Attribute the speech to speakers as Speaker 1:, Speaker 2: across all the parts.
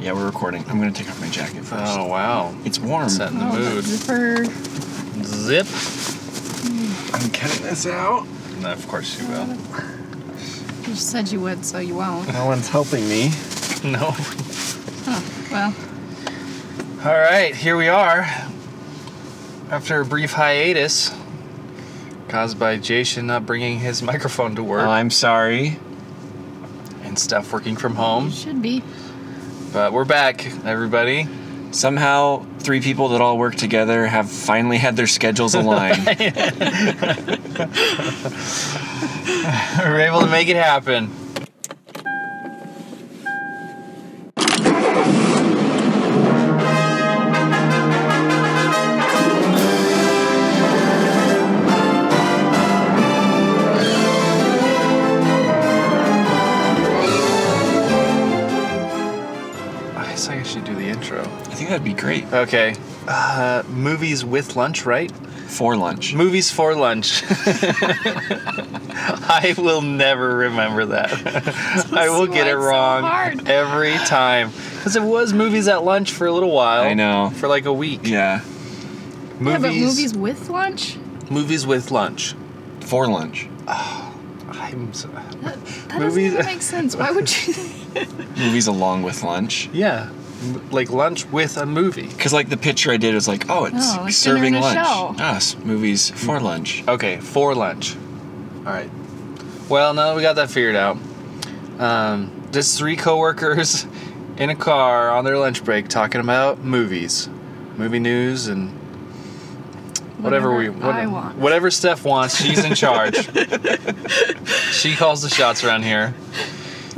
Speaker 1: Yeah, we're recording. I'm gonna take off my jacket first.
Speaker 2: Oh wow.
Speaker 1: It's warm.
Speaker 2: Setting the
Speaker 3: Oh, that
Speaker 2: mood.
Speaker 3: Zipper.
Speaker 2: Zip.
Speaker 1: I'm cutting this out.
Speaker 2: No, of course you will.
Speaker 3: You just said you would, so you won't.
Speaker 1: No one's helping me.
Speaker 2: No.
Speaker 3: Oh, well,
Speaker 2: All right, here we are. After a brief hiatus caused by Jason not bringing his microphone to work
Speaker 1: Oh, I'm sorry.
Speaker 2: and stuff working from
Speaker 3: you
Speaker 2: home,
Speaker 3: should be.
Speaker 2: but we're back, everybody.
Speaker 1: Somehow, three people that all work together have finally had their schedules aligned.
Speaker 2: We're able to make it happen. I guess I should do the intro.
Speaker 1: I think that'd be great
Speaker 2: Okay. Uh, movies with lunch, right?
Speaker 1: for lunch.
Speaker 2: Movies for lunch. I will never remember that. I will get it
Speaker 3: That's so
Speaker 2: wrong
Speaker 3: hard.
Speaker 2: every time. Because it was movies at lunch for a little while.
Speaker 1: I know.
Speaker 2: For like a week.
Speaker 1: Yeah,
Speaker 2: Movies,
Speaker 3: Yeah, but movies with lunch?
Speaker 2: movies with lunch.
Speaker 1: for lunch.
Speaker 2: I'm so,
Speaker 3: That, that
Speaker 2: Movies-
Speaker 3: doesn't even make sense. Why would you?
Speaker 1: Movies along with lunch.
Speaker 2: yeah. M- Like lunch with a movie.
Speaker 1: Cause like the picture I did was like, oh, it's
Speaker 3: Oh, like
Speaker 1: serving
Speaker 3: dinner
Speaker 1: lunch.
Speaker 3: and a show.
Speaker 1: Ah, s- movies for lunch.
Speaker 2: Okay, for lunch. All right. Well, now that we got that figured out, um, just three coworkers in a car on their lunch break talking about movies, movie news, and whatever, we
Speaker 3: Whatever I want.
Speaker 2: whatever Steph wants. She's in charge. she calls the shots around here.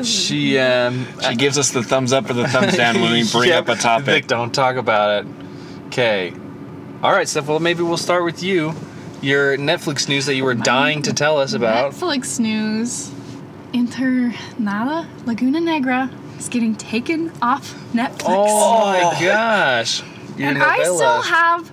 Speaker 2: She um,
Speaker 1: She gives us the thumbs up or the thumbs down when we bring
Speaker 2: Yep.
Speaker 1: up a topic.
Speaker 2: Vic, don't talk about it. Okay. All right, Steph. Well, maybe we'll start with you. Your Netflix news that you were dying to tell us about.
Speaker 3: Netflix news. Internada Laguna Negra is getting taken off Netflix.
Speaker 2: Oh my gosh. Your
Speaker 3: and I still
Speaker 2: novella.
Speaker 3: have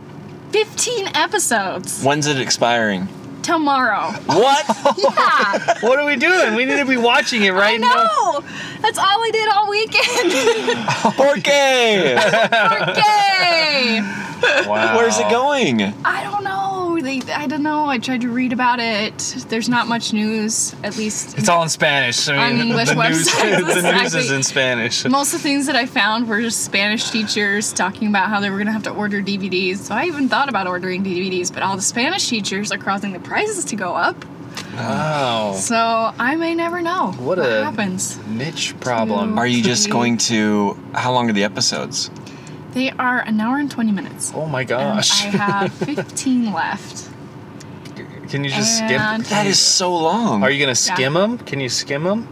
Speaker 3: 15 episodes
Speaker 1: When's it expiring?
Speaker 3: tomorrow.
Speaker 2: what?
Speaker 3: Yeah,
Speaker 2: what are we doing? We need to be watching it
Speaker 3: I
Speaker 2: right now.
Speaker 3: know. That's all I did all weekend.
Speaker 1: Porque!
Speaker 3: Yay!
Speaker 2: Wow.
Speaker 1: Where's it going?
Speaker 3: I don't know. They, I don't know. I tried to read about it. There's not much news, at least.
Speaker 2: It's all in Spanish. I
Speaker 3: On
Speaker 2: mean,
Speaker 3: English
Speaker 2: the news,
Speaker 3: websites,
Speaker 2: the news is
Speaker 3: exactly.
Speaker 2: in Spanish.
Speaker 3: Most of the things that I found were just Spanish teachers talking about how they were going to have to order DVDs. So I even thought about ordering DVDs, but all the Spanish teachers are causing the prices to go up.
Speaker 2: Wow.
Speaker 3: So I may never know
Speaker 2: What a-
Speaker 3: happens.
Speaker 2: Niche problem.
Speaker 1: Are you just
Speaker 3: Please.
Speaker 1: going to? How long are the episodes?
Speaker 3: They are an hour and 20 minutes.
Speaker 2: Oh my
Speaker 3: And
Speaker 2: gosh.
Speaker 3: I have 15 left.
Speaker 2: Can you just skim?
Speaker 3: And-
Speaker 1: That is so long.
Speaker 2: Are you going to skim them? Can you skim them?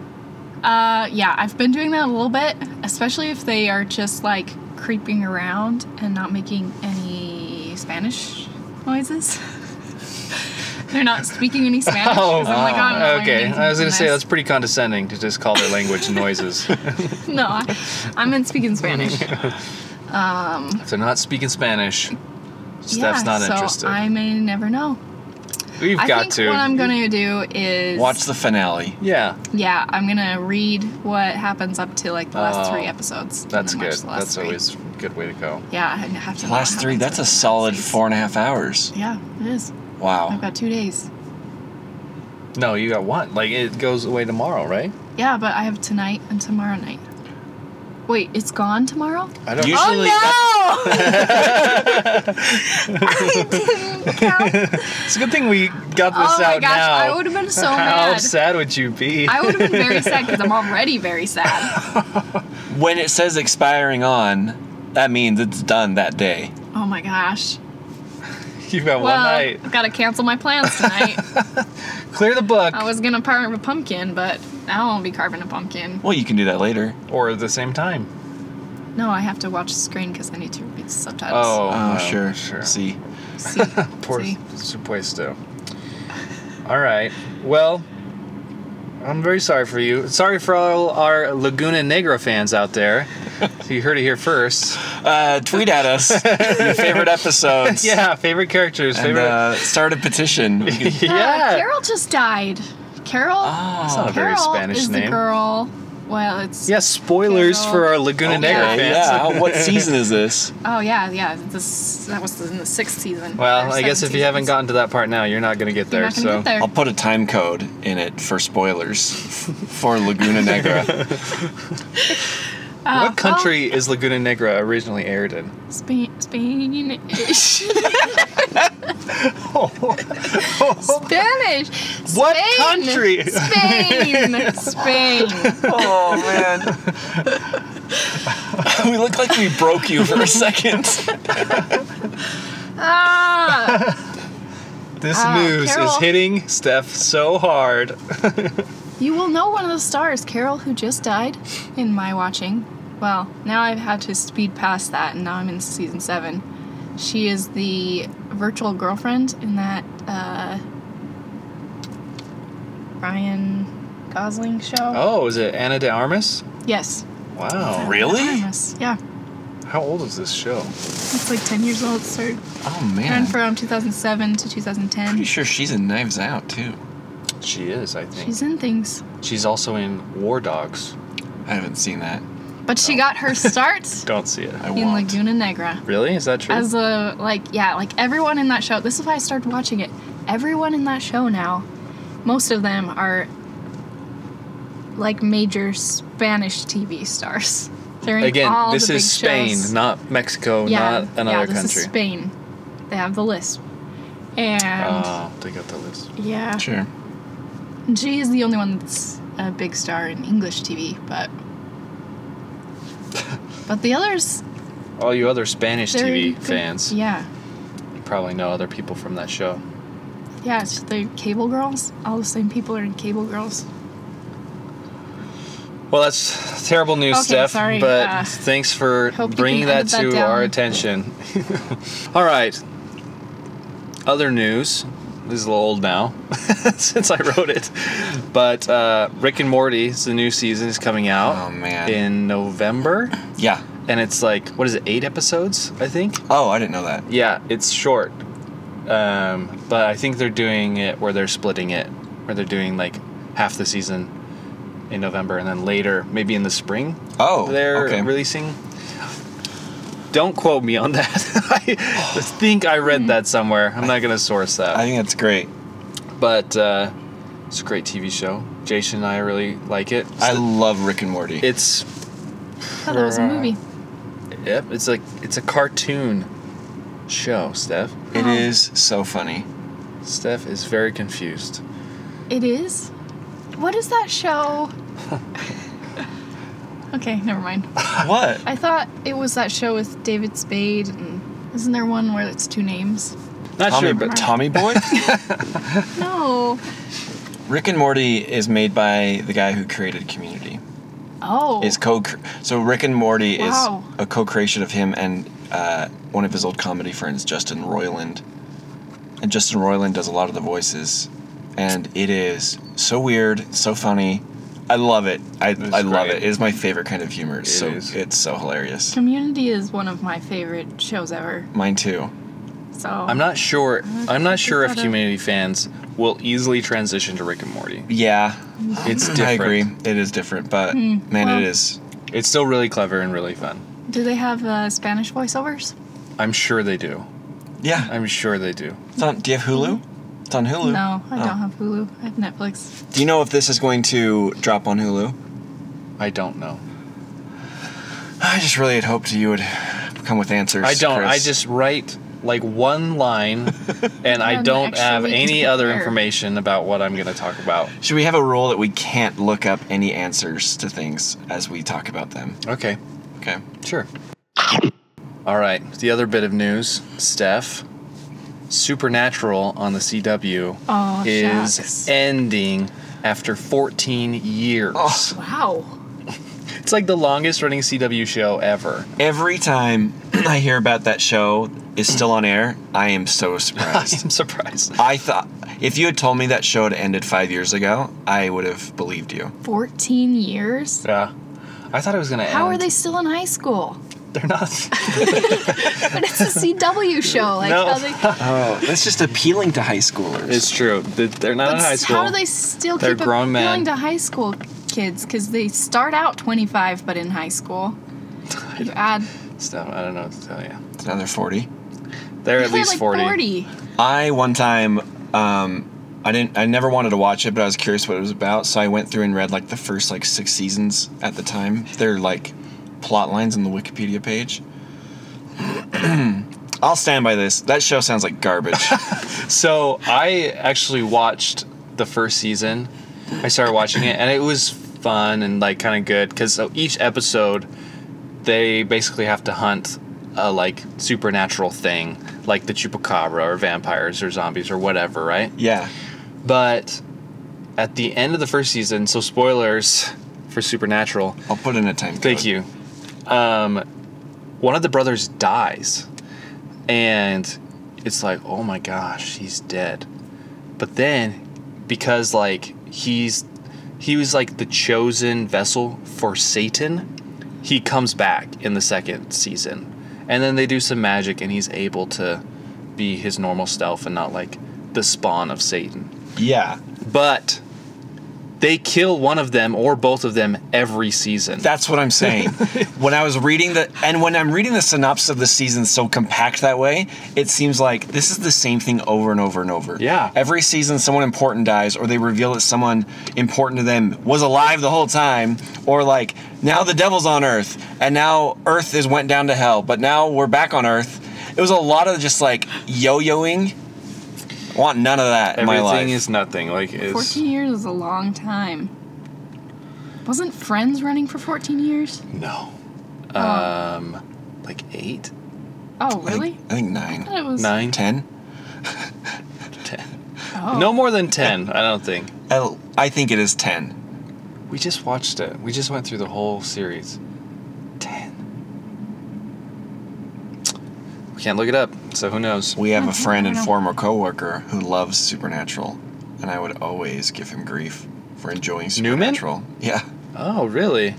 Speaker 3: Uh, yeah, I've been doing that a little bit, especially if they are just like creeping around and not making any Spanish noises. They're not speaking any Spanish. 'cause "Oh I'm like, I'm not
Speaker 2: Oh, Ah, okay.
Speaker 3: learning
Speaker 2: I was going to
Speaker 3: from
Speaker 2: say
Speaker 3: this.
Speaker 2: that's pretty condescending to just call their language noises.
Speaker 3: no. I, I'm in speaking Spanish.
Speaker 2: if they're not speaking Spanish, Steph's
Speaker 3: yeah,
Speaker 2: not
Speaker 3: so
Speaker 2: interested.
Speaker 3: I may never know.
Speaker 2: We've
Speaker 3: I
Speaker 2: got
Speaker 3: think
Speaker 2: to.
Speaker 3: what I'm gonna do is
Speaker 1: Watch the finale.
Speaker 2: yeah.
Speaker 3: Yeah, I'm gonna read what happens up to like the last
Speaker 2: Oh,
Speaker 3: three episodes. and
Speaker 2: That's
Speaker 3: then watch
Speaker 2: good.
Speaker 3: the last
Speaker 2: That's
Speaker 3: three.
Speaker 2: always a good way to go.
Speaker 3: Yeah, I have to. know
Speaker 1: The
Speaker 3: what
Speaker 1: last three.
Speaker 3: happens
Speaker 1: That's a
Speaker 3: with the
Speaker 1: solid
Speaker 3: season.
Speaker 1: four and a half hours.
Speaker 3: Yeah, it is. I've
Speaker 1: Wow.
Speaker 3: got two days.
Speaker 2: No, you got one. Like it goes away tomorrow, right?
Speaker 3: Yeah, but I have tonight and tomorrow night. Wait, it's gone tomorrow?
Speaker 2: I
Speaker 1: don't- You-
Speaker 3: Oh
Speaker 1: Usually
Speaker 3: no! I didn't count.
Speaker 2: It's a good thing we got this
Speaker 3: Oh my
Speaker 2: out
Speaker 3: gosh,
Speaker 2: now.
Speaker 3: I would have been so
Speaker 2: How
Speaker 3: mad.
Speaker 2: sad would you be?
Speaker 3: I would have been very sad because I'm already very sad.
Speaker 1: When it says expiring on, that means it's done that day.
Speaker 3: Oh my gosh.
Speaker 2: You've got
Speaker 3: Well,
Speaker 2: one night.
Speaker 3: I've got to cancel my plans tonight.
Speaker 2: Clear the book,
Speaker 3: I was gonna carve a pumpkin, but I won't be carving a pumpkin.
Speaker 1: Well, you can do that later.
Speaker 2: or at the same time.
Speaker 3: No, I have to watch the screen because I need to read the subtitles.
Speaker 2: Oh,
Speaker 1: Oh,
Speaker 2: no,
Speaker 1: sure,
Speaker 2: sure.
Speaker 1: See,
Speaker 3: See,
Speaker 2: Por
Speaker 3: see.
Speaker 2: supuesto. All right. Well, I'm very sorry for you. Sorry for all our Laguna Negra fans out there. you heard it here first.
Speaker 1: uh, tweet at us your favorite episodes.
Speaker 2: Yeah, favorite characters,
Speaker 1: And,
Speaker 2: favorite.
Speaker 1: uh, start a petition. We could-
Speaker 3: Ah,
Speaker 2: yeah. Ah,
Speaker 3: Carol just died. Carol.
Speaker 1: Oh. That's not
Speaker 2: a very
Speaker 3: Carol
Speaker 2: Spanish
Speaker 3: is
Speaker 2: name.
Speaker 3: the girl Well, it's
Speaker 2: Yeah, spoilers
Speaker 3: Carol.
Speaker 2: for our Laguna Negra
Speaker 3: yeah.
Speaker 1: Okay,
Speaker 2: fans.
Speaker 1: yeah. how- What season is this?
Speaker 3: Oh yeah, yeah. This that was in the sixth season.
Speaker 2: Well,
Speaker 3: or
Speaker 2: I guess
Speaker 3: seventh
Speaker 2: if you haven't
Speaker 3: season.
Speaker 2: gotten to that part now, you're not gonna get there.
Speaker 3: You're not gonna
Speaker 2: so
Speaker 3: get there.
Speaker 1: I'll put a time code in it for spoilers for Laguna Negra.
Speaker 3: Uh,
Speaker 2: what country is Laguna Negra originally aired in?
Speaker 3: Well, Spain, Spanish, Spanish.
Speaker 2: What
Speaker 3: Spain,
Speaker 2: country?
Speaker 3: Spain, Spain.
Speaker 1: oh man. we look like we broke you for a second.
Speaker 3: Ah,
Speaker 2: This
Speaker 3: Ah,
Speaker 2: news is
Speaker 3: Carol.
Speaker 2: hitting Steph so hard.
Speaker 3: you will know one of the stars, Carol, who just died in my watching. Well, now I've had to speed past that, and now I'm in season seven. She is the virtual girlfriend in that uh, Ryan Gosling show.
Speaker 2: Oh, is it Anna de Armas?
Speaker 3: Yes.
Speaker 2: Wow.
Speaker 1: really?
Speaker 3: Anonymous. Yeah.
Speaker 2: How old is this show?
Speaker 3: It's like 10 years old. Started
Speaker 1: Oh
Speaker 3: ran
Speaker 1: man.
Speaker 3: from 2007 to
Speaker 1: Pretty
Speaker 3: 2010.
Speaker 1: sure she's in Knives Out too.
Speaker 2: She is, I think. She's,
Speaker 3: She's in things.
Speaker 2: also in War Dogs.
Speaker 1: I haven't seen that.
Speaker 3: But she got her start
Speaker 2: Don't see it.
Speaker 1: I
Speaker 3: in
Speaker 1: want.
Speaker 3: Laguna Negra.
Speaker 2: Really? Is that true?
Speaker 3: As a, like, yeah, like everyone in that show. This is why I started watching it. Everyone in that show now, most of them are like major Spanish TV stars. They're in
Speaker 2: Again,
Speaker 3: all
Speaker 2: this
Speaker 3: the
Speaker 2: is
Speaker 3: big
Speaker 2: Spain,
Speaker 3: shows.
Speaker 2: not Mexico, not another
Speaker 3: yeah, this
Speaker 2: country.
Speaker 3: is Spain. They have the list. And
Speaker 2: Oh, they got the list.
Speaker 3: yeah.
Speaker 1: Sure.
Speaker 3: And She is the only one that's a big star in English TV, but but the others,
Speaker 2: All you other Spanish
Speaker 3: they're
Speaker 2: TV
Speaker 3: good-
Speaker 2: fans,
Speaker 3: yeah,
Speaker 2: you probably know other people from that show.
Speaker 3: yeah, it's the cable girls. All the same people are in Cable Girls.
Speaker 2: Well, that's terrible news,
Speaker 3: Okay,
Speaker 2: Steph.
Speaker 3: sorry,
Speaker 2: But
Speaker 3: uh,
Speaker 2: thanks for
Speaker 3: hope you
Speaker 2: bringing
Speaker 3: can
Speaker 2: that
Speaker 3: edit that
Speaker 2: to our
Speaker 3: down.
Speaker 2: attention. All right. Other news. This is a little old now since I wrote it. But uh, Rick and Morty's the new season is coming out
Speaker 1: Oh, man.
Speaker 2: in November.
Speaker 1: Yeah.
Speaker 2: And it's like, what is it, eight episodes, I think?
Speaker 1: Oh, I didn't know that.
Speaker 2: Yeah, it's short. Um, but I think they're doing it where they're splitting it, where they're doing like half the season in November and then later, maybe in the spring,
Speaker 1: Oh,
Speaker 2: they're
Speaker 1: okay.
Speaker 2: releasing. Don't quote me on that. I think I read that somewhere. I'm not going to source that.
Speaker 1: Oh. Mm-hmm. I think that's great.
Speaker 2: but uh, it's a great TV show. Jason and I really like it.
Speaker 1: I love Rick and Morty.
Speaker 2: it's
Speaker 3: I thought Oh, that was a movie.
Speaker 2: yep, it's like it's a cartoon show, Steph.
Speaker 1: it is so funny.
Speaker 2: Steph is very confused.
Speaker 3: It is. What is that show? okay, never mind.
Speaker 1: What?
Speaker 3: I thought it was that show with David Spade. And isn't there one where it's two names?
Speaker 2: Not
Speaker 1: Tommy,
Speaker 2: sure, but
Speaker 1: Tommy Boy?
Speaker 3: No.
Speaker 1: Rick and Morty is made by the guy who created Community.
Speaker 3: Oh.
Speaker 1: Is co so Rick and Morty
Speaker 3: Wow.
Speaker 1: is a co-creation of him and uh, one of his old comedy friends, Justin Roiland. And Justin Roiland does a lot of the voices, and it is so weird, so funny. I love it. I, I love
Speaker 2: great.
Speaker 1: it. It is my favorite kind of humor. It's
Speaker 2: It
Speaker 1: so
Speaker 2: is.
Speaker 1: it's so hilarious.
Speaker 3: Community is one of my favorite shows ever.
Speaker 1: Mine too.
Speaker 3: So
Speaker 2: I'm not sure.
Speaker 3: Mm-hmm.
Speaker 2: I'm not sure if
Speaker 3: Better.
Speaker 2: Community fans will easily transition to Rick and Morty.
Speaker 1: Yeah,
Speaker 2: It's different.
Speaker 1: I agree. It is different, but man,
Speaker 3: well.
Speaker 1: it is.
Speaker 2: It's still really clever and really fun.
Speaker 3: Do they have uh, Spanish voiceovers?
Speaker 2: I'm sure they do.
Speaker 1: Yeah.
Speaker 2: I'm sure they do.
Speaker 1: It's on, do you have Hulu? It's on Hulu.
Speaker 3: No, I
Speaker 1: Oh.
Speaker 3: don't have Hulu. I have Netflix.
Speaker 1: Do you know if this is going to drop on Hulu?
Speaker 2: I don't know.
Speaker 1: I just really had hoped you would come with answers.
Speaker 2: I don't. I
Speaker 1: Chris.
Speaker 2: just write like one line, and I
Speaker 3: I'm
Speaker 2: don't have
Speaker 3: actually
Speaker 2: any other
Speaker 3: prepared.
Speaker 2: information about what I'm going to talk about.
Speaker 1: Should we have a rule that we can't look up any answers to things as we talk about them?
Speaker 2: Okay,
Speaker 1: Okay.
Speaker 2: sure. All right. The other bit of news, Steph. Supernatural on the CW
Speaker 3: Oh,
Speaker 2: is
Speaker 3: shucks.
Speaker 2: ending after 14 years.
Speaker 3: Wow.
Speaker 2: It's like the longest running CW show ever.
Speaker 1: Every time I hear about that show is still on air, I am so surprised.
Speaker 2: I'm surprised.
Speaker 1: I thought if you had told me that show had ended five years ago, I would have believed you.
Speaker 3: 14 years?
Speaker 2: Yeah. I thought it was gonna
Speaker 3: How
Speaker 2: end.
Speaker 3: are they still in high school?
Speaker 2: They're not.
Speaker 3: But it's a CW show. Like
Speaker 2: No.
Speaker 3: how they but
Speaker 1: Oh, that's just appealing to high schoolers.
Speaker 2: it's true. They- They're not in high
Speaker 3: s-
Speaker 2: school.
Speaker 3: how do they still
Speaker 2: They're
Speaker 3: keep
Speaker 2: grown men.
Speaker 3: appealing to high school kids because they start out 25, but in high school, you add
Speaker 2: Stuff. I don't know what to tell you.
Speaker 1: It's another 40.
Speaker 2: They're at
Speaker 3: They're
Speaker 2: least
Speaker 3: like
Speaker 2: 40.
Speaker 3: 40.
Speaker 1: I one time, um, I didn't, I never wanted to watch it, but I was curious what it was about, so I went through and read like the first like six seasons at the time. They're like plot lines on the Wikipedia page. I'll stand by this. That show sounds like garbage.
Speaker 2: So I actually watched the first season. I started watching it, and it was fun and like kind of good because each episode, they basically have to hunt a like supernatural thing, like the chupacabra or vampires or zombies or whatever, right?
Speaker 1: yeah.
Speaker 2: But at the end of the first season, so spoilers for Supernatural.
Speaker 1: I'll put in a time code.
Speaker 2: Thank you. Um, one of the brothers dies, and it's like, oh my gosh, he's dead. But then, because like he's he was like the chosen vessel for Satan, he comes back in the second season, and then they do some magic, and he's able to be his normal self and not like the spawn of Satan
Speaker 1: Yeah.
Speaker 2: but they kill one of them or both of them every season.
Speaker 1: That's what I'm saying. when I was reading the and when I'm reading the synopsis of the season so compact that way, it seems like this is the same thing over and over and over.
Speaker 2: Yeah.
Speaker 1: Every season someone important dies or they reveal that someone important to them was alive the whole time or like now the devil's on earth and now earth is went down to hell, but now we're back on earth. It was a lot of just like yo-yoing. I want none of that in my life.
Speaker 2: Everything is nothing. Like it's
Speaker 3: 14 years is a long time. Wasn't Friends running for 14 years?
Speaker 2: no, um, like eight,
Speaker 3: Oh,
Speaker 1: I think-
Speaker 3: really?
Speaker 1: I think
Speaker 3: I thought
Speaker 1: nine.
Speaker 3: it was
Speaker 2: nine,
Speaker 1: Ten?
Speaker 2: ten.
Speaker 3: Oh.
Speaker 2: No more than ten. I don't think.
Speaker 1: I- I think it is ten.
Speaker 2: We just watched it. We just went through the whole series. Ten. We can't look it up, so who knows?
Speaker 1: We have a
Speaker 3: Mhm.
Speaker 1: friend and former coworker who loves Supernatural, and I would always give him grief for enjoying
Speaker 2: Newman?
Speaker 1: Supernatural. Yeah.
Speaker 2: Oh, really?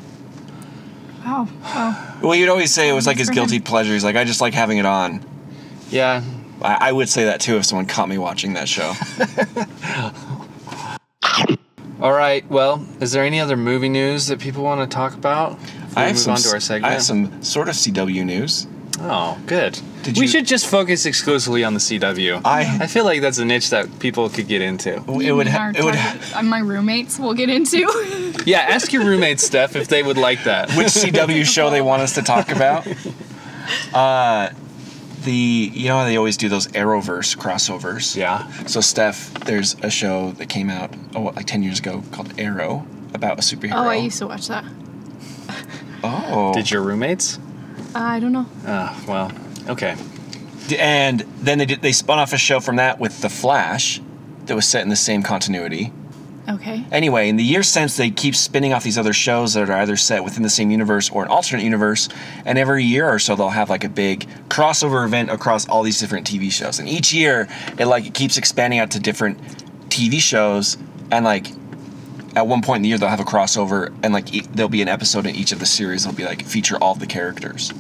Speaker 3: Oh, oh.
Speaker 1: Well, you'd always say it was like his
Speaker 3: For him.
Speaker 1: guilty pleasure. He's like, I just like having it on.
Speaker 2: Yeah.
Speaker 1: I, I would say that too if someone caught me watching that show.
Speaker 2: All right. Well, is there any other movie news that people want to talk about? before
Speaker 1: I
Speaker 2: we
Speaker 1: have
Speaker 2: move
Speaker 1: some.
Speaker 2: on to our
Speaker 1: s-
Speaker 2: segment.
Speaker 1: I have some sort of CW news.
Speaker 2: Oh, good.
Speaker 1: Did
Speaker 2: we
Speaker 1: you-
Speaker 2: should just focus exclusively on the CW.
Speaker 1: I-
Speaker 2: I feel like that's a niche that people could get into.
Speaker 1: It would.
Speaker 3: And
Speaker 1: Ha-
Speaker 3: our
Speaker 1: it would. Ha-
Speaker 3: target- uh, my roommates will get into.
Speaker 2: Yeah, ask your roommates stuff if they would like that.
Speaker 1: which CW show they want us to talk about. Uh, the you know how they always do those Arrowverse crossovers.
Speaker 2: Yeah.
Speaker 1: So Steph, there's a show that came out oh, what, like ten years ago called Arrow about a superhero.
Speaker 3: Oh, I used to watch that.
Speaker 1: Oh.
Speaker 2: Did your roommates?
Speaker 3: Uh, I don't know.
Speaker 2: Uh, well, okay.
Speaker 1: D- And then they did, they spun off a show from that with The Flash, that was set in the same continuity.
Speaker 3: Okay.
Speaker 1: Anyway, in the years since, they keep spinning off these other shows that are either set within the same universe or an alternate universe, and every year or so they'll have like a big crossover event across all these different TV shows. And each year, it like it keeps expanding out to different TV shows, and like at one point in the year they'll have a crossover, and like e- there'll be an episode in each of the series that'll be like feature all of the characters.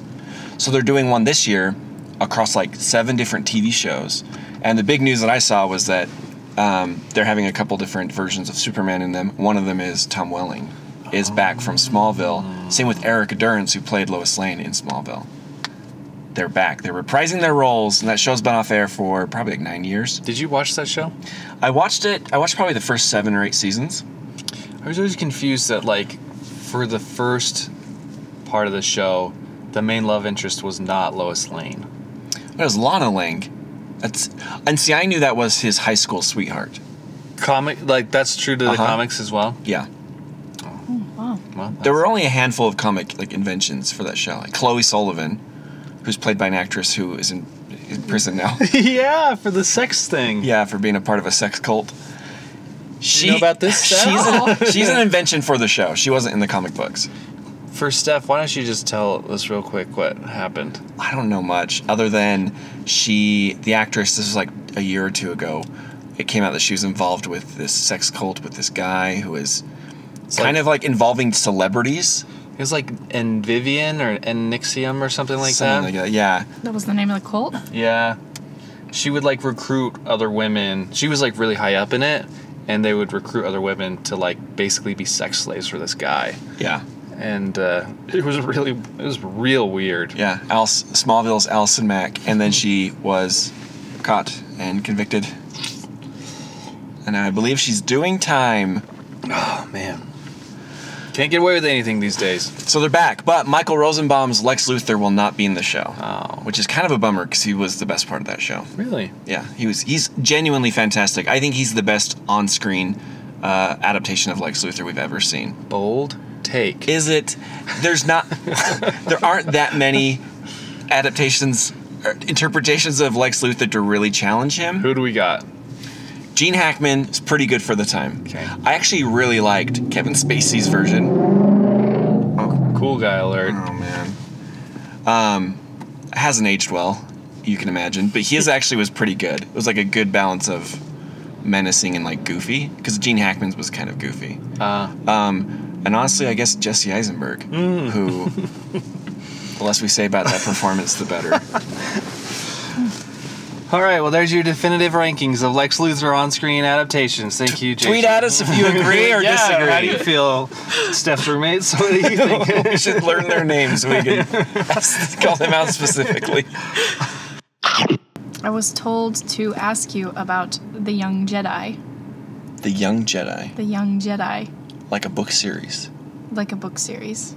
Speaker 1: So they're doing one this year across like seven different TV shows. And the big news that I saw was that um, they're having a couple different versions of Superman in them. One of them is Tom Welling, is back from Smallville. Same with Erica Durrance, who played Lois Lane in Smallville. They're back. They're reprising their roles, and that show's been off air for probably like nine years.
Speaker 2: Did you watch that show?
Speaker 1: I watched it. I watched probably the first seven or eight seasons.
Speaker 2: I was always confused that, like, for the first part of the show, the main love interest was not Lois Lane.
Speaker 1: It was Lana Lang. That's and see, I knew that was his high school sweetheart.
Speaker 2: Comic, like, that's true to the
Speaker 1: Uh-huh.
Speaker 2: comics as well.
Speaker 1: Yeah.
Speaker 3: Wow.
Speaker 2: Well, that's-
Speaker 1: There were only a handful of comic like inventions for that show. Like Chloe Sullivan, who's played by an actress who is in, in prison now.
Speaker 2: yeah, for the sex thing.
Speaker 1: yeah, for being a part of a sex cult. She
Speaker 2: you know about this stuff?
Speaker 1: She's an, she's an invention for the show. She wasn't in the comic books.
Speaker 2: For Steph, why don't you just tell us real quick what happened?
Speaker 1: I don't know much other than she, the actress. This was like a year or two ago. It came out that she was involved with this sex cult with this guy who is kind
Speaker 2: like-
Speaker 1: of like involving celebrities,
Speaker 2: It was like Envivian or Ennixium or something like uh,
Speaker 1: something
Speaker 2: that.
Speaker 1: like that. Yeah,
Speaker 3: That was the name of the cult?
Speaker 2: yeah. She would like recruit other women. She was like really high up in it and they would recruit other women to like basically be sex slaves for this guy.
Speaker 1: Yeah.
Speaker 2: And uh, it was really, it was real weird.
Speaker 1: Yeah. Al- Smallville's Allison Mack. And then she was caught and convicted. And I believe she's doing time.
Speaker 2: Oh man, can't get away with anything these days.
Speaker 1: So they're back. But Michael Rosenbaum's Lex Luthor will not be in the show.
Speaker 2: Oh.
Speaker 1: Which is kind of a bummer because he was the best part of that show.
Speaker 2: Really?
Speaker 1: Yeah, he was. He's genuinely fantastic. I think he's the best on-screen uh, adaptation of Lex Luthor we've ever seen.
Speaker 2: Bold take.
Speaker 1: Is it? There's not. there aren't that many adaptations, or interpretations of Lex Luthor to really challenge him.
Speaker 2: Who do we got?
Speaker 1: Gene Hackman is pretty good for the time.
Speaker 2: Okay.
Speaker 1: I actually really liked Kevin Spacey's version. Oh,
Speaker 2: Cool guy alert.
Speaker 1: oh man. Um, hasn't aged well, you can imagine. But his actually was pretty good. It was like a good balance of menacing and like goofy, because Gene Hackman's was kind of goofy.
Speaker 2: Uh,
Speaker 1: Um, and honestly, I guess Jesse Eisenberg, who, the less we say about that performance, the better.
Speaker 2: all right. Well, there's your definitive rankings of Lex Luthor on-screen adaptations. Thank you, Jason.
Speaker 1: Tweet at us if you agree or
Speaker 2: yeah,
Speaker 1: disagree.
Speaker 2: How do you feel, Steph's roommates? What do you think?
Speaker 1: we should learn their names so we can ask, call them out specifically.
Speaker 3: I was told to ask you about the Young Jedi.
Speaker 1: The Young Jedi,
Speaker 3: The Young Jedi,
Speaker 1: like a book series
Speaker 3: like a book series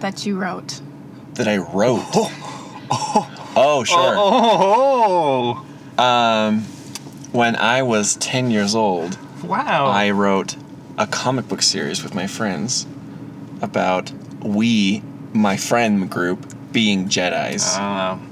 Speaker 3: that you wrote.
Speaker 1: that I wrote. Oh, sure.
Speaker 2: Oh,
Speaker 1: Um, when I was 10 years old,
Speaker 2: wow.
Speaker 1: I wrote a comic book series with my friends about we, my friend group, being Jedi's.
Speaker 2: I don't know.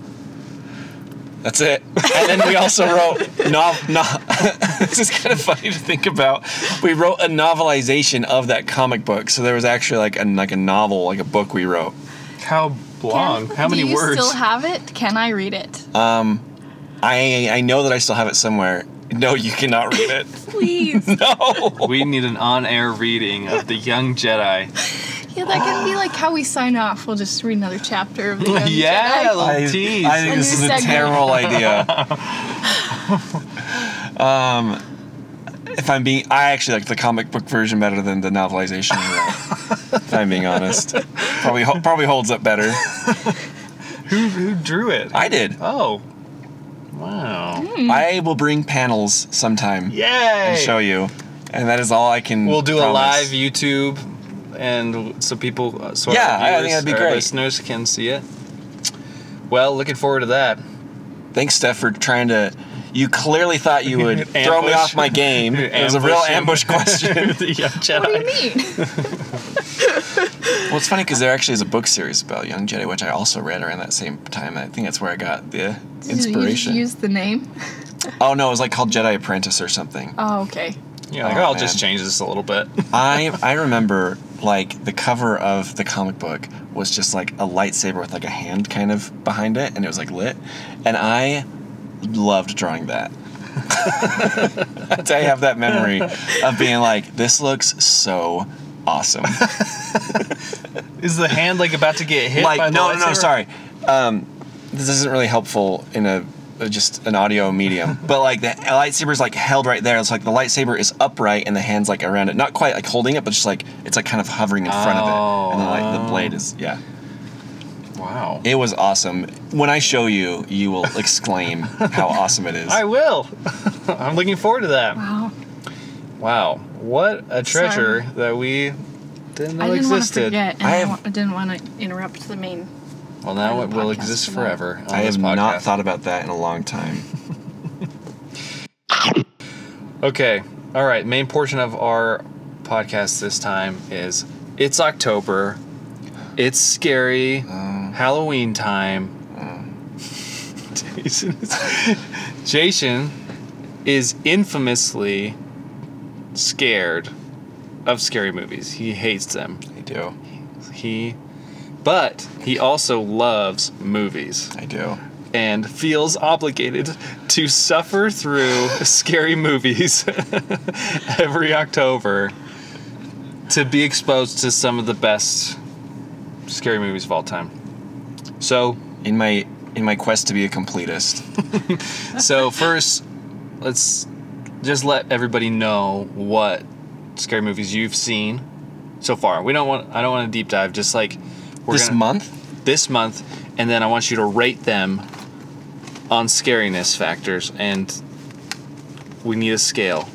Speaker 1: That's it. And then we also wrote no, no This is kind of funny to think about. We wrote a novelization of that comic book, so there was actually like a like a novel, like a book we wrote.
Speaker 2: How long?
Speaker 3: Can-
Speaker 2: How many
Speaker 3: do you
Speaker 2: words?
Speaker 3: still have it? Can I read it?
Speaker 1: Uh, I I know that I still have it somewhere. No, you cannot read it.
Speaker 3: Please.
Speaker 1: No.
Speaker 2: we need an on-air reading of the Young Jedi.
Speaker 3: Yeah, that can be like how we sign off. We'll just read another chapter of the Young
Speaker 2: Yeah, like-
Speaker 3: Jedi.
Speaker 1: I, I
Speaker 2: tease.
Speaker 1: think this
Speaker 3: A
Speaker 1: is
Speaker 3: new
Speaker 1: a
Speaker 3: segment.
Speaker 1: terrible idea. um, if I'm being, I actually like the comic book version better than the novelization. we wrote, if I'm being honest, probably ho- probably holds up better.
Speaker 2: Who who drew it?
Speaker 1: I did.
Speaker 2: oh, wow.
Speaker 3: Hmm. Mm.
Speaker 1: I will bring panels sometime
Speaker 2: Yay!
Speaker 1: and show you. And that is all I can.
Speaker 2: We'll do a
Speaker 1: promise.
Speaker 2: live YouTube, and so people, uh, so
Speaker 1: Yeah, I
Speaker 2: our
Speaker 1: think
Speaker 2: viewers,
Speaker 1: that'd be
Speaker 2: our
Speaker 1: great.
Speaker 2: listeners can see it. Well, looking forward to that.
Speaker 1: Thanks, Steph, for trying to. You clearly thought you would throw me
Speaker 2: Ambush.
Speaker 1: off my game. It was a real ambush
Speaker 2: Ambush
Speaker 1: question.
Speaker 2: the Young Jedi.
Speaker 3: What do you mean?
Speaker 1: well, it's funny because there actually is a book series about Young Jedi, which I also read around that same time. I think that's where I got the
Speaker 3: Did you just
Speaker 1: inspiration.
Speaker 3: use the name?
Speaker 1: Oh no, it was like called Jedi Apprentice or something.
Speaker 3: Oh, okay.
Speaker 2: Yeah, like,
Speaker 1: Oh,
Speaker 2: I'll
Speaker 1: man.
Speaker 2: just change this a little bit.
Speaker 1: I I remember like the cover of the comic book was just like a lightsaber with like a hand kind of behind it, and it was like lit, and I loved drawing that. I have that memory of being like, this looks so awesome.
Speaker 2: Is the hand like about to get hit? by
Speaker 1: like
Speaker 2: the
Speaker 1: no no no
Speaker 2: lightsaber?
Speaker 1: sorry, um, this isn't really helpful in a. uh, Just an audio medium, but like the lightsaber's like held right there. It's like the lightsaber is upright and the hand's like around it, not quite like holding it, but just like it's like kind of hovering in front of it, and the, like the
Speaker 2: Oh.
Speaker 1: blade is yeah.
Speaker 2: Wow.
Speaker 1: It was awesome. When I show you, you will exclaim how awesome it is.
Speaker 2: I will. I'm looking forward to that.
Speaker 3: Wow.
Speaker 2: Wow, what a treasure
Speaker 3: Sorry.
Speaker 2: that we didn't know
Speaker 3: I didn't want to
Speaker 2: existed.
Speaker 3: forget, and
Speaker 1: I
Speaker 3: I,
Speaker 1: have-
Speaker 3: wa- I didn't want to interrupt the main.
Speaker 2: Well, now
Speaker 3: I
Speaker 2: it
Speaker 3: have a
Speaker 2: will
Speaker 3: podcast
Speaker 2: exist
Speaker 3: for that.
Speaker 2: forever. on
Speaker 1: I
Speaker 2: this
Speaker 1: have not
Speaker 2: podcast.
Speaker 1: thought about that in a long time.
Speaker 2: Okay. All right. Main portion of our podcast this time is it's October. It's scary.
Speaker 1: Uh.
Speaker 2: Halloween time. Jason, is, Jason is infamously scared of scary movies. He hates them.
Speaker 1: I do.
Speaker 2: He, but he also loves movies
Speaker 1: I do.
Speaker 2: and feels obligated to suffer through scary movies every October to be exposed to some of the best scary movies of all time. So,
Speaker 1: In my in my quest to be a completist.
Speaker 2: so first, let's just let everybody know what scary movies you've seen so far. We don't want I don't want to deep dive. Just like we're
Speaker 1: this
Speaker 2: gonna-
Speaker 1: month?
Speaker 2: this month, and then I want you to rate them on scariness factors, and we need a scale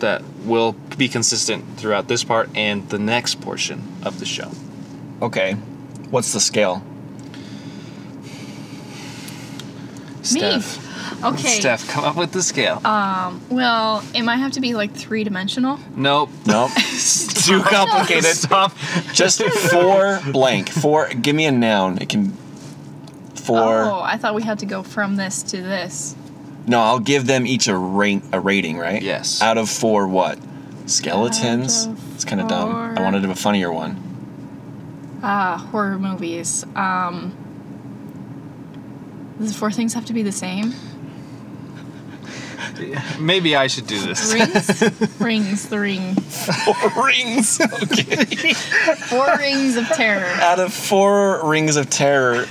Speaker 2: that will be consistent throughout this part and the next portion of the show.
Speaker 1: Okay. What's the scale?
Speaker 2: Steph,
Speaker 3: Okay. Uh, um,
Speaker 2: Steph, come up with the scale.
Speaker 3: Well, it might have to be like three dimensional.
Speaker 2: nope.
Speaker 1: Nope. Too complicated.
Speaker 2: Stop.
Speaker 1: Just for blank. For give me a noun. It can for
Speaker 3: oh, I thought we had to go from this to this.
Speaker 1: No, I'll give them each a rank a rating, right?
Speaker 2: Yes.
Speaker 1: Out of four what? Skeletons?
Speaker 3: Out of
Speaker 1: It's kinda dumb. I
Speaker 3: four.
Speaker 1: wanted a funnier one.
Speaker 3: Ah, horror movies. Um, the four things have to be the same.
Speaker 2: Maybe I should do this.
Speaker 3: Rings, rings, the ring.
Speaker 1: Four rings. Okay.
Speaker 3: Four rings of terror.
Speaker 1: Out of four rings of terror,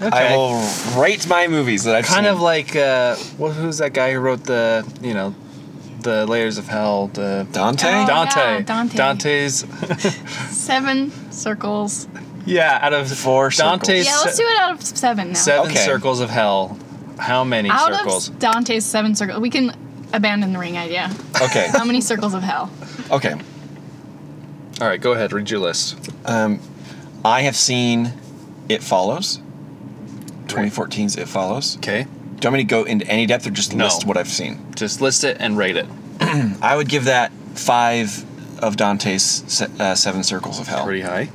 Speaker 1: I
Speaker 2: Okay.
Speaker 1: will rate my movies that I've
Speaker 2: kind
Speaker 1: seen.
Speaker 2: of like uh, what, who's that guy who wrote the you know the layers of hell the
Speaker 1: Dante?
Speaker 3: Oh,
Speaker 2: Dante
Speaker 3: yeah, Dante.
Speaker 2: Dante's
Speaker 3: Seven circles.
Speaker 2: yeah out of
Speaker 1: Four
Speaker 2: Dante's
Speaker 3: Yeah, let's do it out of seven now.
Speaker 2: seven
Speaker 1: Okay.
Speaker 2: circles of hell how many
Speaker 3: out
Speaker 2: circles
Speaker 3: of Dante's seven circles, we can abandon the ring idea.
Speaker 1: Okay.
Speaker 3: How many circles of hell?
Speaker 1: Okay.
Speaker 2: all right go ahead read your list
Speaker 1: Um, I have seen It Follows. 2014's It Follows. Do
Speaker 2: okay
Speaker 1: you want me to go into any depth or just
Speaker 2: No.
Speaker 1: list what I've seen?
Speaker 2: just list it and rate it
Speaker 1: I would give that five of Dante's se- uh, Seven Circles of Hell.
Speaker 2: pretty high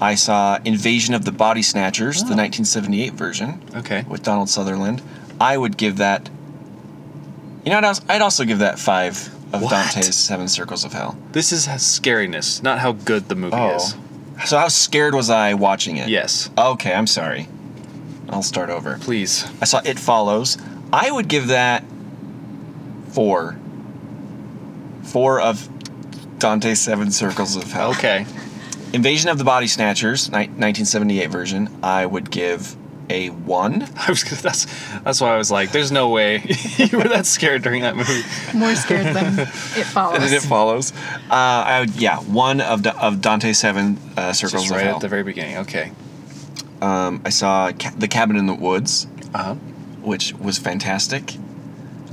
Speaker 1: I saw Invasion of the Body Snatchers, the
Speaker 2: Oh.
Speaker 1: 1978 version,
Speaker 2: okay
Speaker 1: with Donald Sutherland. I would give that. You know, I'd also, I'd also give that five of
Speaker 2: What?
Speaker 1: Dante's Seven Circles of Hell.
Speaker 2: this is has scariness not how good the movie
Speaker 1: Oh.
Speaker 2: is
Speaker 1: So how scared was I watching it?
Speaker 2: yes
Speaker 1: Okay, I'm sorry. I'll start over.
Speaker 2: please
Speaker 1: I saw It Follows. I would give that four. Four of Dante's Seven Circles of Hell.
Speaker 2: okay
Speaker 1: Invasion of the Body Snatchers, ni- 1978 version, I would give a one.
Speaker 2: I was gonna, that's that's why I was like there's no way you were that scared during that movie
Speaker 3: More scared than it
Speaker 2: Oh,
Speaker 3: follows.
Speaker 1: And it follows. Uh, I would, yeah, one of, da- of Dante's Seven uh, Circles
Speaker 2: just
Speaker 1: of
Speaker 2: right
Speaker 1: Hell.
Speaker 2: at the very beginning okay
Speaker 1: um, I saw ca- The Cabin in the Woods,
Speaker 2: uh huh
Speaker 1: which was fantastic.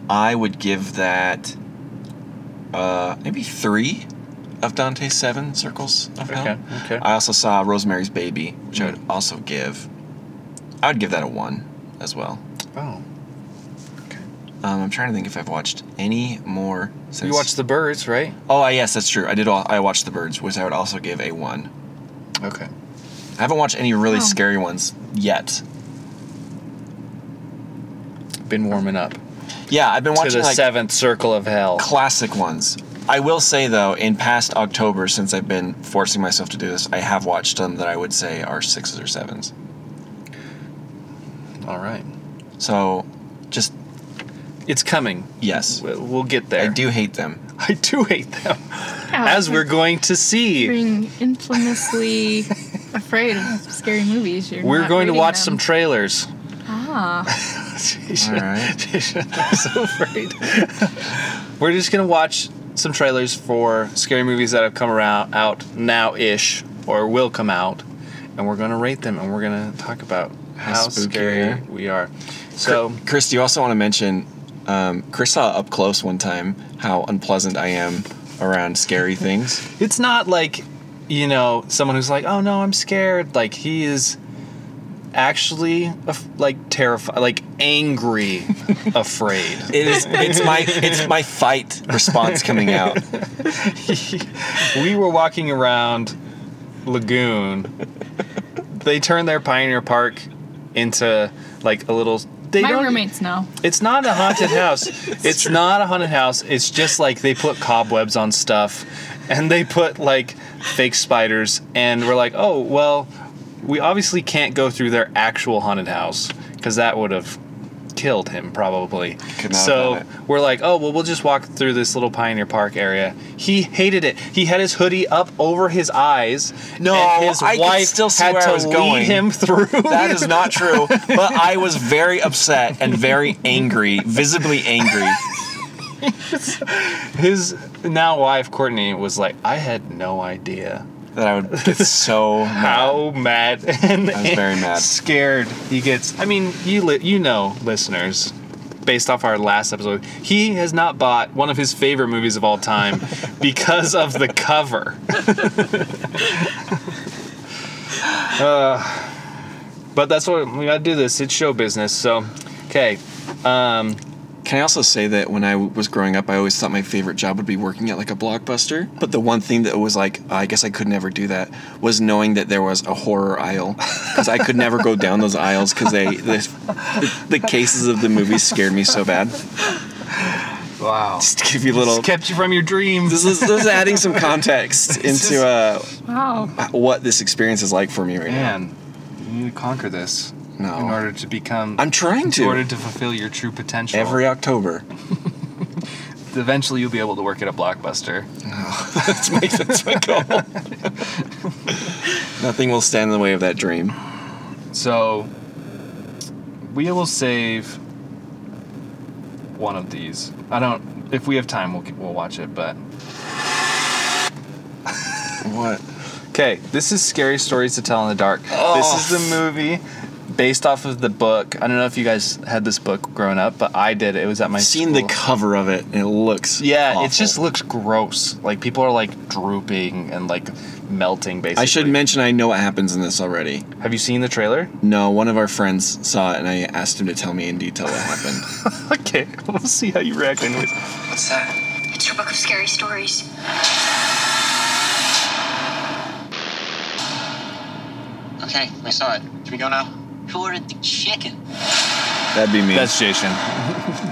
Speaker 1: I would give that uh, maybe three of Dante's Seven Circles of
Speaker 2: Okay,
Speaker 1: Hell.
Speaker 2: okay.
Speaker 1: I also saw Rosemary's Baby, which I would
Speaker 2: Mm.
Speaker 1: also give. I would give that a one as well.
Speaker 2: Oh. Okay.
Speaker 1: Um, I'm trying to think if I've watched any more since.
Speaker 2: You watched The Birds, right?
Speaker 1: Oh, I- yes, that's true. I did. All, I watched The Birds, which I would also give a one.
Speaker 2: Okay.
Speaker 1: I haven't watched any really
Speaker 3: Oh.
Speaker 1: scary ones yet.
Speaker 2: Been warming up
Speaker 1: Yeah, I've been
Speaker 2: to the
Speaker 1: watching like
Speaker 2: seventh circle of hell.
Speaker 1: classic ones. I will say though, in past October, since I've been forcing myself to do this, I have watched some that I would say are sixes or sevens.
Speaker 2: All right.
Speaker 1: So, just
Speaker 2: It's coming.
Speaker 1: yes,
Speaker 2: We'll, we'll get there.
Speaker 1: I do hate them.
Speaker 2: I do hate them, as we're going to see.
Speaker 3: being infamously afraid of scary movies. You're
Speaker 2: We're
Speaker 3: not
Speaker 2: going to
Speaker 3: rating
Speaker 2: watch
Speaker 3: them.
Speaker 2: some trailers.
Speaker 3: ah,
Speaker 2: Jason-
Speaker 1: All right.
Speaker 2: Jason, I'm so afraid. We're just gonna watch some trailers for scary movies that have come around out now ish or will come out, and we're gonna rate them and we're gonna talk about how,
Speaker 1: spooky
Speaker 2: scary
Speaker 1: they are.
Speaker 2: we are. So
Speaker 1: Chris, do you also want to mention? Um, Chris saw up close one time how unpleasant I am around scary things.
Speaker 2: it's not like you know someone who's like oh no i'm scared like he is actually af- like terrified like angry afraid
Speaker 1: It is. It's my. It's my fight response coming out.
Speaker 2: we were walking around lagoon they turned their pioneer park into like a little they
Speaker 3: my
Speaker 2: don't
Speaker 3: roommates know.
Speaker 2: It's not a haunted house. it's not a haunted house. It's just like they put cobwebs on stuff and they put like fake spiders and we're like, "Oh, well, we obviously can't go through their actual haunted house cuz that would have killed him probably."
Speaker 1: Could not have
Speaker 2: So,
Speaker 1: done it.
Speaker 2: we're like, "Oh, well, we'll just walk through this little Pioneer Park area." He hated it. He had his hoodie up over his eyes.
Speaker 1: No,
Speaker 2: and his
Speaker 1: I could
Speaker 2: wife
Speaker 1: still see
Speaker 2: had
Speaker 1: where I
Speaker 2: to
Speaker 1: was
Speaker 2: lead
Speaker 1: going.
Speaker 2: him through.
Speaker 1: That is not true. But I was very upset and very angry, visibly angry.
Speaker 2: His now wife Courtney was like, I had no idea
Speaker 1: that I would get so mad.
Speaker 2: how mad and
Speaker 1: I was very mad.
Speaker 2: scared he gets. I mean, you li- you know, listeners, based off our last episode, he has not bought one of his favorite movies of all time because of the cover. Uh, but that's what we gotta do. This it's show business. So, okay, um,
Speaker 1: Can I also say that when I w- was growing up, I always thought my favorite job would be working at like a blockbuster. But the one thing that was like, I guess I could never do that was knowing that there was a horror aisle because I could never go down those aisles because they the, the, the cases of the movies scared me so bad.
Speaker 2: wow,
Speaker 1: Just to give you a little.
Speaker 2: kept you from your dreams.
Speaker 1: This is, this is adding some context into uh,
Speaker 3: Wow.
Speaker 1: what this experience is like for me right
Speaker 2: Man, you need to conquer this
Speaker 1: No.
Speaker 2: in order to become.
Speaker 1: now. I'm trying
Speaker 2: in order
Speaker 1: to.
Speaker 2: to fulfill your true potential.
Speaker 1: Every October.
Speaker 2: eventually you'll be able to work at a blockbuster.
Speaker 1: That's my, that's my goal. Nothing will stand in the way of that dream.
Speaker 2: So we will save one of these. I don't. If we have time, we'll we'll watch it. But
Speaker 1: What?
Speaker 2: okay, this is scary stories to tell in the dark. This is the movie. Based off of the book, I don't know if you guys had this book growing up, but I did. It was at my
Speaker 1: seen the
Speaker 2: school.
Speaker 1: cover of it and it looks
Speaker 2: Yeah,
Speaker 1: awful.
Speaker 2: it just looks gross. Like people are like drooping and like melting. Basically,
Speaker 1: I should mention I know what happens in this already.
Speaker 2: Have you seen the trailer?
Speaker 1: No, one of our friends saw it and I asked him to tell me in detail what happened.
Speaker 2: okay, we'll see how you react. Anyways,
Speaker 4: What's that?
Speaker 5: It's your book of scary stories.
Speaker 4: Okay, we saw it. Should we go now? Who ordered the chicken?
Speaker 1: That'd be me.
Speaker 2: that's Jason.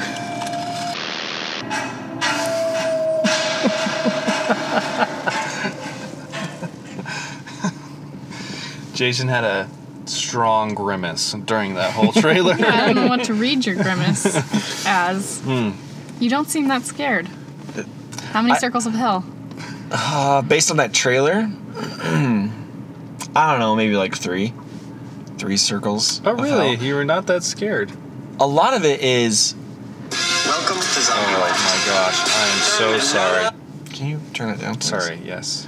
Speaker 2: Jason had a strong grimace during that whole trailer.
Speaker 3: I don't know what to read your grimace as.
Speaker 1: Hmm.
Speaker 3: You don't seem that scared. How many circles of hell?
Speaker 1: uh, based on that trailer, I don't know, maybe like three. Three circles.
Speaker 2: Oh,
Speaker 1: of
Speaker 2: really?
Speaker 1: hell.
Speaker 2: You were not that scared.
Speaker 1: A lot of it is.
Speaker 4: Welcome to
Speaker 2: Oh
Speaker 4: Zombie
Speaker 2: my gosh, I am so sorry.
Speaker 1: Can you turn it down? please?
Speaker 2: Sorry, yes.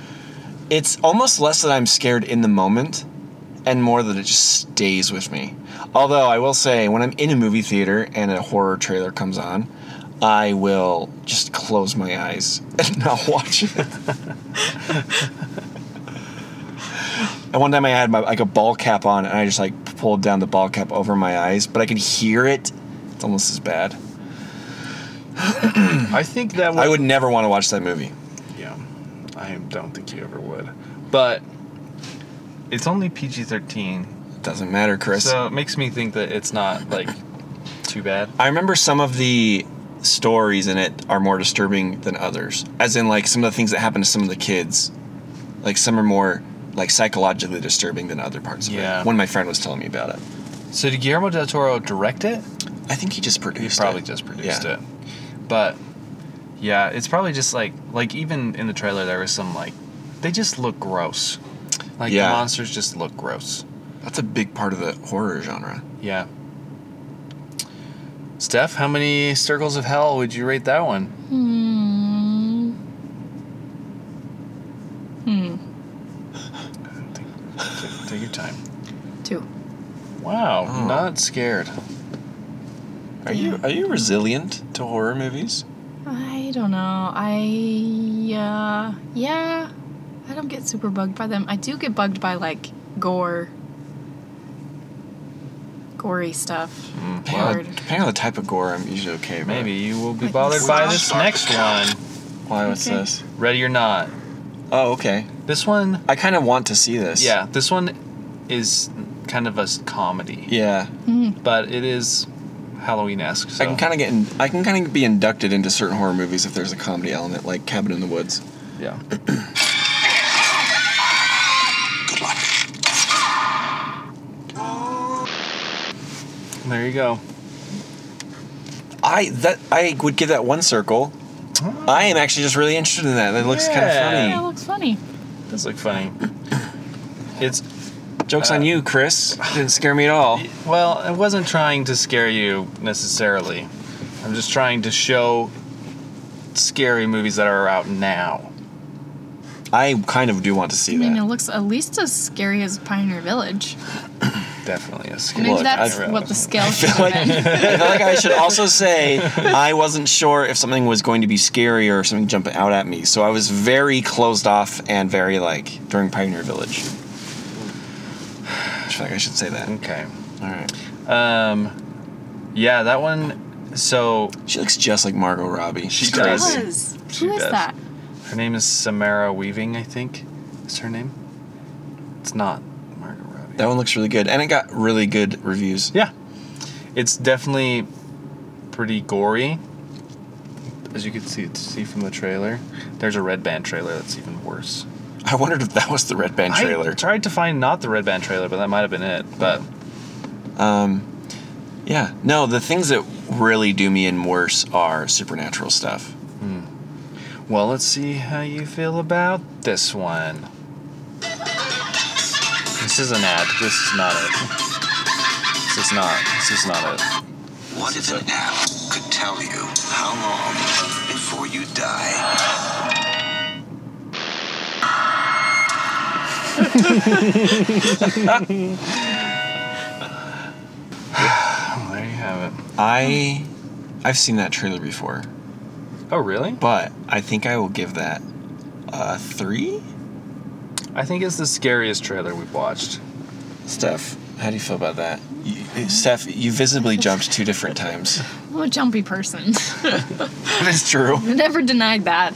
Speaker 1: It's almost less that I'm scared in the moment and more that it just stays with me. Although I will say, when I'm in a movie theater and a horror trailer comes on, I will just close my eyes and not watch it. and one time I had my like a ball cap on and I just like pulled down the ball cap over my eyes, but I could hear it. It's almost as bad.
Speaker 2: I think that
Speaker 1: I would never want to watch that movie.
Speaker 2: Yeah, I don't think you ever would. But it's only PG 13,
Speaker 1: Doesn't matter, Chris.
Speaker 2: so it makes me think that it's not like too bad.
Speaker 1: I remember some of the stories in it are more disturbing than others. As in, like, some of the things that happen to some of the kids. Like, some are more, like, psychologically disturbing than other parts of
Speaker 2: Yeah.
Speaker 1: it. When my friend was telling me about it.
Speaker 2: So did Guillermo del Toro direct it?
Speaker 1: I think he just
Speaker 2: He
Speaker 1: produced
Speaker 2: probably
Speaker 1: it.
Speaker 2: just produced
Speaker 1: Yeah.
Speaker 2: it. But yeah, it's probably just like like even in the trailer there was some like they just look gross. Like
Speaker 1: Yeah.
Speaker 2: the monsters just look gross.
Speaker 1: That's a big part of the horror genre.
Speaker 2: Yeah. Steph, how many circles of hell would you rate that one?
Speaker 3: Hmm. Hmm.
Speaker 2: Take, take- take your time.
Speaker 3: Two.
Speaker 2: Wow,
Speaker 1: Oh.
Speaker 2: not scared.
Speaker 1: Are you are you resilient to horror movies?
Speaker 3: I don't know. I uh, yeah. I don't get super bugged by them. I do get bugged by like gore, gory stuff.
Speaker 1: Depending on,
Speaker 3: Hard.
Speaker 1: depending on the type of gore, I'm usually okay. but-
Speaker 2: Maybe you will be
Speaker 3: Like
Speaker 2: bothered
Speaker 3: this.
Speaker 2: by this next one.
Speaker 1: Why was
Speaker 3: Okay.
Speaker 1: this?
Speaker 2: Ready or not.
Speaker 1: Oh, okay.
Speaker 2: This one,
Speaker 1: I kind of want to see this.
Speaker 2: yeah, this one is kind of a s- comedy.
Speaker 1: Yeah.
Speaker 2: but it is Halloween esque. So.
Speaker 1: I can kind of get in, I can kind of be inducted into certain horror movies if there's a comedy element, like Cabin in the Woods.
Speaker 2: of yeah.
Speaker 4: Good luck.
Speaker 2: There you go.
Speaker 1: I that I would give that one circle.
Speaker 2: Oh.
Speaker 1: I am actually just really interested in that. That looks
Speaker 3: Yeah, it
Speaker 1: kind of funny.
Speaker 3: looks funny.
Speaker 2: Does look funny. It's
Speaker 1: Jokes
Speaker 2: Uh,
Speaker 1: on you, Chris. Didn't scare me at all.
Speaker 2: well, I wasn't trying to scare you necessarily. I'm just trying to show scary movies that are out now.
Speaker 1: I kind of do want to see
Speaker 3: I mean, it
Speaker 1: that.
Speaker 3: looks at least as scary as Pioneer Village.
Speaker 2: Definitely a scary.
Speaker 3: Maybe
Speaker 1: Look,
Speaker 3: that's
Speaker 1: I've-
Speaker 3: what the scale should have been.
Speaker 1: I feel like I should also say I wasn't sure if something was going to be scary or something jumping out at me, so I was very closed off and very like during Pioneer Village. I feel like I should say that. All
Speaker 2: Okay.
Speaker 1: right.
Speaker 2: Um, yeah, that one. So
Speaker 1: She looks just like Margot Robbie.
Speaker 2: She
Speaker 1: It's
Speaker 2: does.
Speaker 1: crazy.
Speaker 3: Was.
Speaker 2: She
Speaker 3: Who is
Speaker 2: does.
Speaker 3: that?
Speaker 2: her name is Samara Weaving, I think. Is her name? It's not Margaret Robbie.
Speaker 1: That one looks really good, and it got really good reviews.
Speaker 2: Yeah. It's definitely pretty gory. As you can see see from the trailer. There's a red band trailer that's even worse.
Speaker 1: I wondered if that was the Red Band trailer.
Speaker 2: I tried to find not the red band trailer, but that might have been it. But
Speaker 1: Um, yeah. No, the things that really do me in worse are supernatural stuff.
Speaker 2: well, let's see how you feel about this one. This is an ad. This is not it. This is not. This is not it.
Speaker 6: What if an app could tell you how long before you die?
Speaker 2: Oh, there you have it.
Speaker 1: I, I've seen that trailer before,
Speaker 2: Oh, really?
Speaker 1: but I think I will give that a three.
Speaker 2: I think it's the scariest trailer we've watched.
Speaker 1: Steph, how do you feel about that? You, Steph, you visibly jumped two different times.
Speaker 3: I'm a jumpy person.
Speaker 1: That's true.
Speaker 3: I never denied that.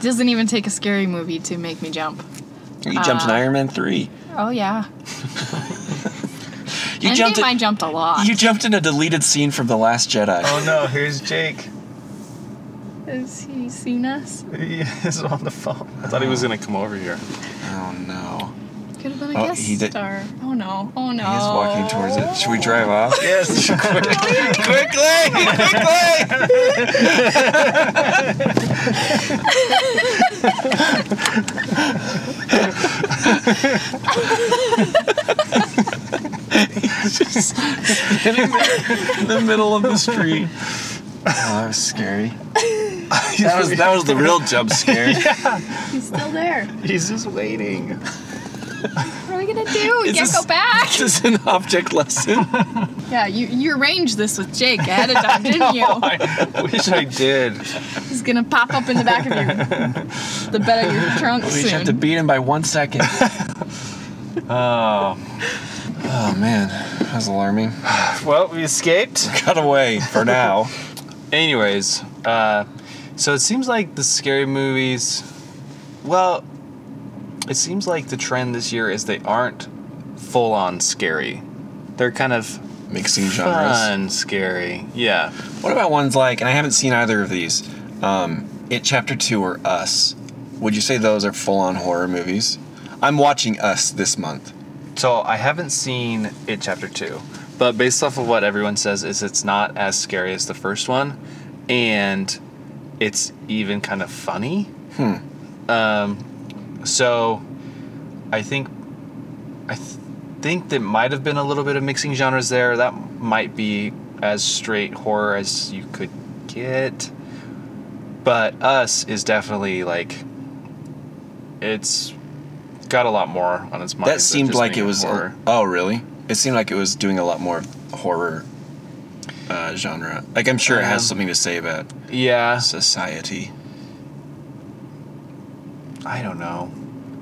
Speaker 3: Doesn't even take a scary movie to make me jump.
Speaker 1: You jumped in Iron Man three.
Speaker 3: Oh yeah,
Speaker 1: You
Speaker 3: I
Speaker 1: jumped.
Speaker 3: think I
Speaker 1: In,
Speaker 3: jumped a lot.
Speaker 1: you jumped in a deleted scene from The Last Jedi.
Speaker 2: Oh no! Here's Jake.
Speaker 3: Has he seen us?
Speaker 2: He is on the phone. I thought he was gonna come over here.
Speaker 1: Oh no.
Speaker 3: Could have been a
Speaker 1: Oh,
Speaker 3: guest
Speaker 1: he did-
Speaker 3: star. Oh no! Oh no!
Speaker 1: He is walking towards it. Should we drive off?
Speaker 2: Yes.
Speaker 1: quickly! Quickly! in the middle of the street. Oh, that was scary. that was that was the real jump scare.
Speaker 3: He's still there.
Speaker 2: He's just waiting.
Speaker 3: What are we gonna do? We
Speaker 1: Is
Speaker 3: can't
Speaker 1: this-
Speaker 3: go back.
Speaker 1: This is an object lesson.
Speaker 3: Yeah, you you arranged this with Jake ahead of time, didn't you?
Speaker 2: I wish I did.
Speaker 3: He's gonna pop up in the back of your the bed of your trunk
Speaker 1: We just have to
Speaker 3: soon.
Speaker 1: beat him by one second.
Speaker 2: Oh.
Speaker 1: Oh man, that was alarming.
Speaker 2: Well, we escaped.
Speaker 1: Cut away for now.
Speaker 2: Anyways, uh, so it seems like the scary movies. Well, it seems like the trend this year is they aren't full on scary. They're kind of
Speaker 1: Mixing genres.
Speaker 2: fun scary. Yeah.
Speaker 1: What about ones like, and I haven't seen either of these, um, It Chapter 2 or Us? Would you say those are full on horror movies? I'm watching Us this month.
Speaker 2: So I haven't seen it chapter two, but based off of what everyone says is it's not as scary as the first one, and it's even kind of funny.
Speaker 1: Hmm.
Speaker 2: Um, so I think I th- think there might have been a little bit of mixing genres there. That might be as straight horror as you could get, but Us is definitely like it's got a lot more on its mind. than
Speaker 1: that seemed
Speaker 2: just
Speaker 1: like it
Speaker 2: being
Speaker 1: was.
Speaker 2: horror.
Speaker 1: oh, really? It seemed like it was doing a lot more of horror uh, genre. Like, I'm sure it has
Speaker 2: Um, uh,
Speaker 1: something to say about
Speaker 2: Yeah,
Speaker 1: society.
Speaker 2: I don't know.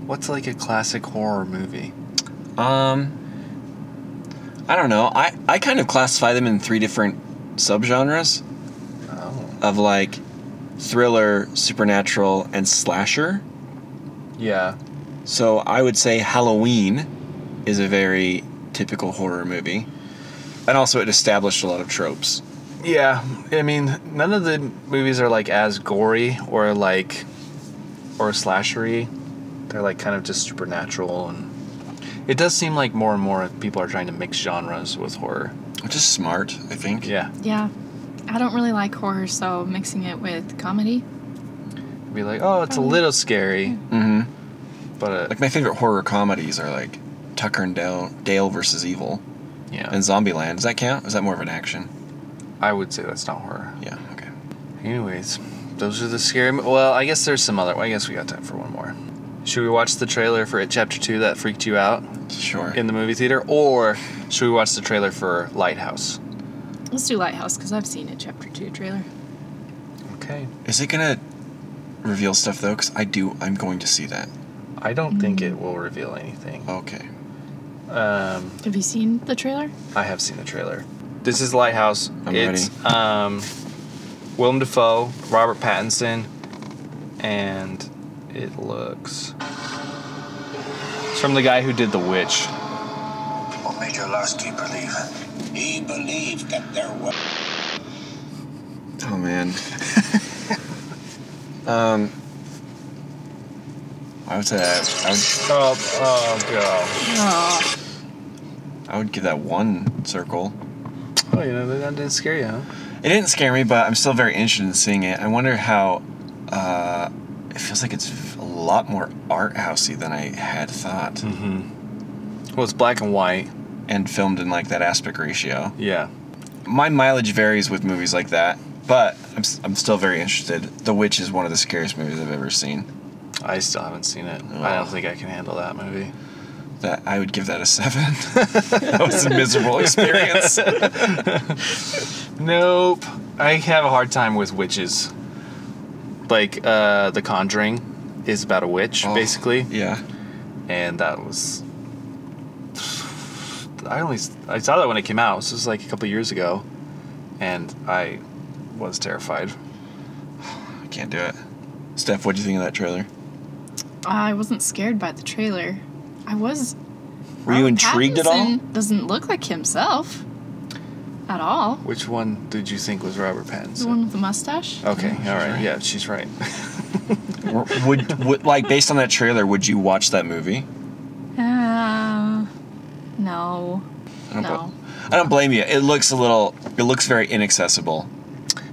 Speaker 2: What's like a classic horror movie?
Speaker 1: Um, I don't know. I, I kind of classify them in three different subgenres
Speaker 2: Oh.
Speaker 1: of like thriller, supernatural, and slasher.
Speaker 2: Yeah.
Speaker 1: So I would say Halloween is a very typical horror movie. And also it established a lot of tropes.
Speaker 2: Yeah. I mean, none of the movies are like as gory or like or slashery. They're like kind of just supernatural and it does seem like more and more people are trying to mix genres with horror.
Speaker 1: Which is smart, I think.
Speaker 2: Yeah.
Speaker 3: Yeah, I don't really like horror, so mixing it with comedy.
Speaker 2: Be like, "Oh, it's a little scary."
Speaker 1: hmm
Speaker 2: But uh,
Speaker 1: Like my favorite horror comedies are like Tucker and Dale, Dale versus Evil
Speaker 2: yeah.
Speaker 1: and Zombieland. Does that count? Is that more of an action?
Speaker 2: I would say that's not horror.
Speaker 1: Yeah, okay.
Speaker 2: Anyways, Those are the scary. mo- Well, I guess there's some other. I guess we got time for one more. Should we watch the trailer for It Chapter Two that freaked you out
Speaker 1: Sure.
Speaker 2: in the movie theater, or should we watch the trailer for Lighthouse?
Speaker 3: Let's do Lighthouse because I've seen it. Chapter two trailer.
Speaker 2: Okay.
Speaker 1: Is it gonna reveal stuff though? Because I do. I'm going to see that.
Speaker 2: I don't think it will reveal anything.
Speaker 1: Okay.
Speaker 2: Um,
Speaker 3: Have you seen the trailer?
Speaker 2: I have seen the trailer. This is Lighthouse.
Speaker 1: I'm
Speaker 2: it's um Willem Dafoe, Robert Pattinson, and it looks It's from the guy who did The Witch.
Speaker 6: What made your last key believe? He believed that there was.
Speaker 1: Oh man. um. I would say I, I would.
Speaker 2: Oh, oh
Speaker 3: Oh,
Speaker 1: I would give that one circle.
Speaker 2: god. Oh, you know that didn't scare you, huh?
Speaker 1: It didn't scare me, but I'm still very interested in seeing it. I wonder how. Uh, it feels like it's a lot more art housey than I had thought,
Speaker 2: Well, it's black and white.
Speaker 1: and filmed in like that aspect ratio.
Speaker 2: Yeah.
Speaker 1: My mileage varies with movies like that, but I'm, s- I'm still very interested. The Witch is one of the scariest movies I've ever seen.
Speaker 2: I still haven't seen it. I
Speaker 1: Oh.
Speaker 2: don't think I can handle that movie.
Speaker 1: That I would give that a seven. that was a miserable experience.
Speaker 2: Nope. I have a hard time with witches. Like uh The Conjuring is about a witch
Speaker 1: Oh.
Speaker 2: basically.
Speaker 1: yeah.
Speaker 2: and that was I only I saw that when it came out. This was like a couple years ago, and I was terrified.
Speaker 1: I can't do it. Steph, what do you think of that trailer?
Speaker 3: I wasn't scared by the trailer. I was.
Speaker 1: Were you
Speaker 3: Robert
Speaker 1: intrigued at all?
Speaker 3: Pattinson Doesn't look like himself at all.
Speaker 2: Which one did you think was Robert Pattinson?
Speaker 3: The one with the mustache.
Speaker 2: Okay, all right. Yeah, she's right.
Speaker 1: Or would, would like based on that trailer, would you watch that movie?
Speaker 3: Uh, no.
Speaker 1: Oh. I don't,
Speaker 3: No.
Speaker 1: bl- I don't blame you. It looks a little. It looks very inaccessible.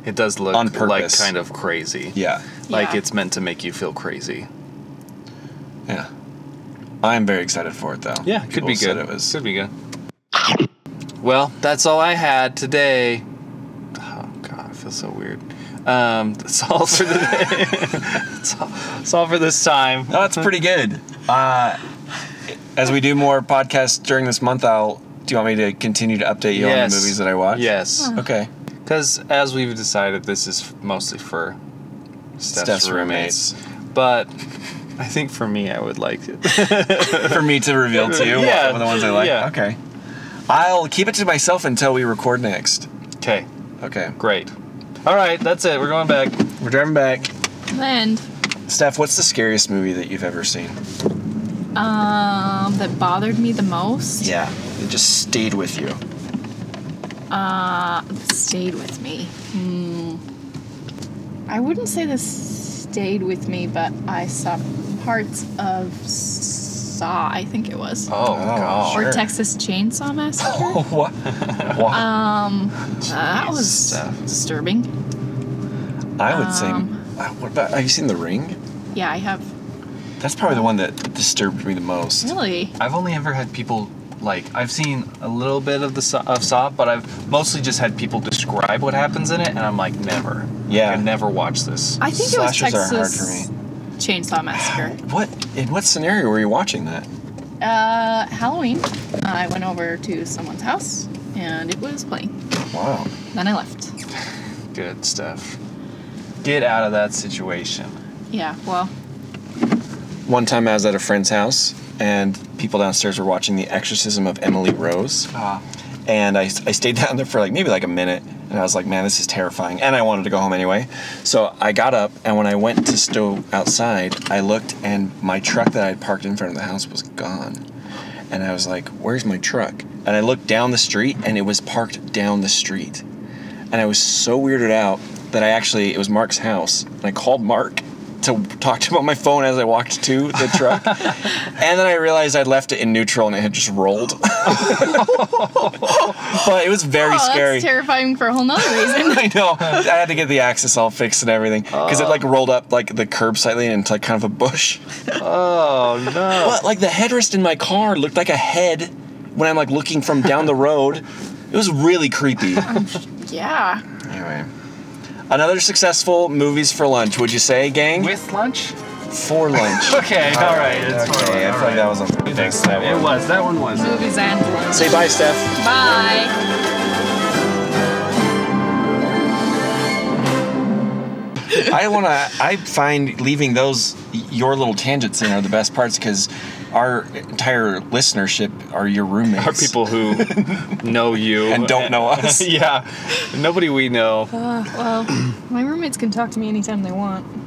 Speaker 2: It does look
Speaker 1: On
Speaker 2: like
Speaker 1: purpose.
Speaker 2: kind of crazy.
Speaker 1: Yeah.
Speaker 2: Like
Speaker 3: Yeah.
Speaker 2: it's meant to make you feel crazy.
Speaker 1: Yeah. I'm very excited for it though.
Speaker 2: Yeah, could
Speaker 1: People
Speaker 2: be
Speaker 1: said
Speaker 2: good.
Speaker 1: It was.
Speaker 2: Could be good. Well, that's all I had today. Oh god, I feel so weird. Um, that's all for today. that's, all, that's all for this time.
Speaker 1: No, Oh, that's pretty good. Uh, as we do more podcasts during this month, I'll. Do you want me to continue to update you on
Speaker 2: Yes.
Speaker 1: the movies that I watch?
Speaker 2: Yes,
Speaker 1: Okay.
Speaker 2: because as we've decided, this is mostly for Steph's,
Speaker 1: Steph's
Speaker 2: roommates.
Speaker 1: roommates.
Speaker 2: But I think for me, I would like it.
Speaker 1: for me to reveal to you
Speaker 2: Yeah.
Speaker 1: what, the ones I like.
Speaker 2: Yeah.
Speaker 1: Okay. I'll keep it to myself until we record next.
Speaker 2: okay,
Speaker 1: Okay.
Speaker 2: great. All right, that's it. We're going back.
Speaker 1: We're driving back.
Speaker 3: And
Speaker 1: Steph, what's the scariest movie that you've ever seen?
Speaker 3: um, that bothered me the most.
Speaker 1: Yeah. It just stayed with you.
Speaker 3: Uh, stayed with me. Hmm. I wouldn't say this stayed with me, but I saw parts of Saw, I think it was.
Speaker 2: Oh,
Speaker 1: gosh.
Speaker 3: or
Speaker 1: sure.
Speaker 3: Texas Chainsaw Massacre.
Speaker 1: Oh, what? Wow.
Speaker 3: um, that was
Speaker 2: Steph.
Speaker 3: disturbing.
Speaker 1: I would say. uh, What about? Have you seen The Ring?
Speaker 3: Yeah, I have
Speaker 1: That's probably the one that disturbed me the most.
Speaker 3: really.
Speaker 2: I've only ever had people like I've seen a little bit of the Saw- of Saw, but I've mostly just had people describe what happens in it, and I'm like, never.
Speaker 1: Yeah.
Speaker 2: I never watch this.
Speaker 3: I think it
Speaker 1: Slashers
Speaker 3: was
Speaker 1: aren't hard
Speaker 3: Texas
Speaker 1: for
Speaker 3: Chainsaw Massacre.
Speaker 1: What? In what scenario were you watching that?
Speaker 3: Uh, Halloween. I went over to someone's house and it was playing.
Speaker 1: Wow.
Speaker 3: Then I left.
Speaker 2: Good stuff. Get out of that situation.
Speaker 3: Yeah, well,
Speaker 1: One time I was at a friend's house, and people downstairs were watching The Exorcism of Emily Rose.
Speaker 2: Ah.
Speaker 1: and I, I stayed down there for like maybe like a minute and i was like man this is terrifying and i wanted to go home anyway so i got up and when i went to stow outside i looked and my truck that i had parked in front of the house was gone and i was like where's my truck and i looked down the street and it was parked down the street and i was so weirded out that i actually it was mark's house and i called mark to talk to him on my phone as I walked to the truck, and then I realized I'd left it in neutral and it had just rolled. but it was very
Speaker 3: oh,
Speaker 1: scary.
Speaker 3: that's terrifying for a whole nother reason.
Speaker 1: I know. I had to get the axis all fixed and everything because it like rolled up like the curb slightly into like kind of a bush.
Speaker 2: Oh no.
Speaker 1: But like the headrest in my car looked like a head when I'm like looking from down the road. It was really creepy.
Speaker 3: yeah.
Speaker 1: anyway, Another successful movies for lunch, would you say, gang?
Speaker 2: With lunch?
Speaker 1: for lunch.
Speaker 2: Okay, all right. It's fine.
Speaker 1: okay, I feel like that was on Thanks for that
Speaker 2: It
Speaker 1: one.
Speaker 2: was. That one was.
Speaker 3: Movies and lunch.
Speaker 1: Say bye, Steph.
Speaker 3: Bye.
Speaker 1: I want to. I find leaving those your little tangents in are the best parts because our entire listenership are your roommates.
Speaker 2: Are people who know you
Speaker 1: And don't know us.
Speaker 2: yeah, nobody we know.
Speaker 3: Uh, well, my roommates can talk to me anytime they want.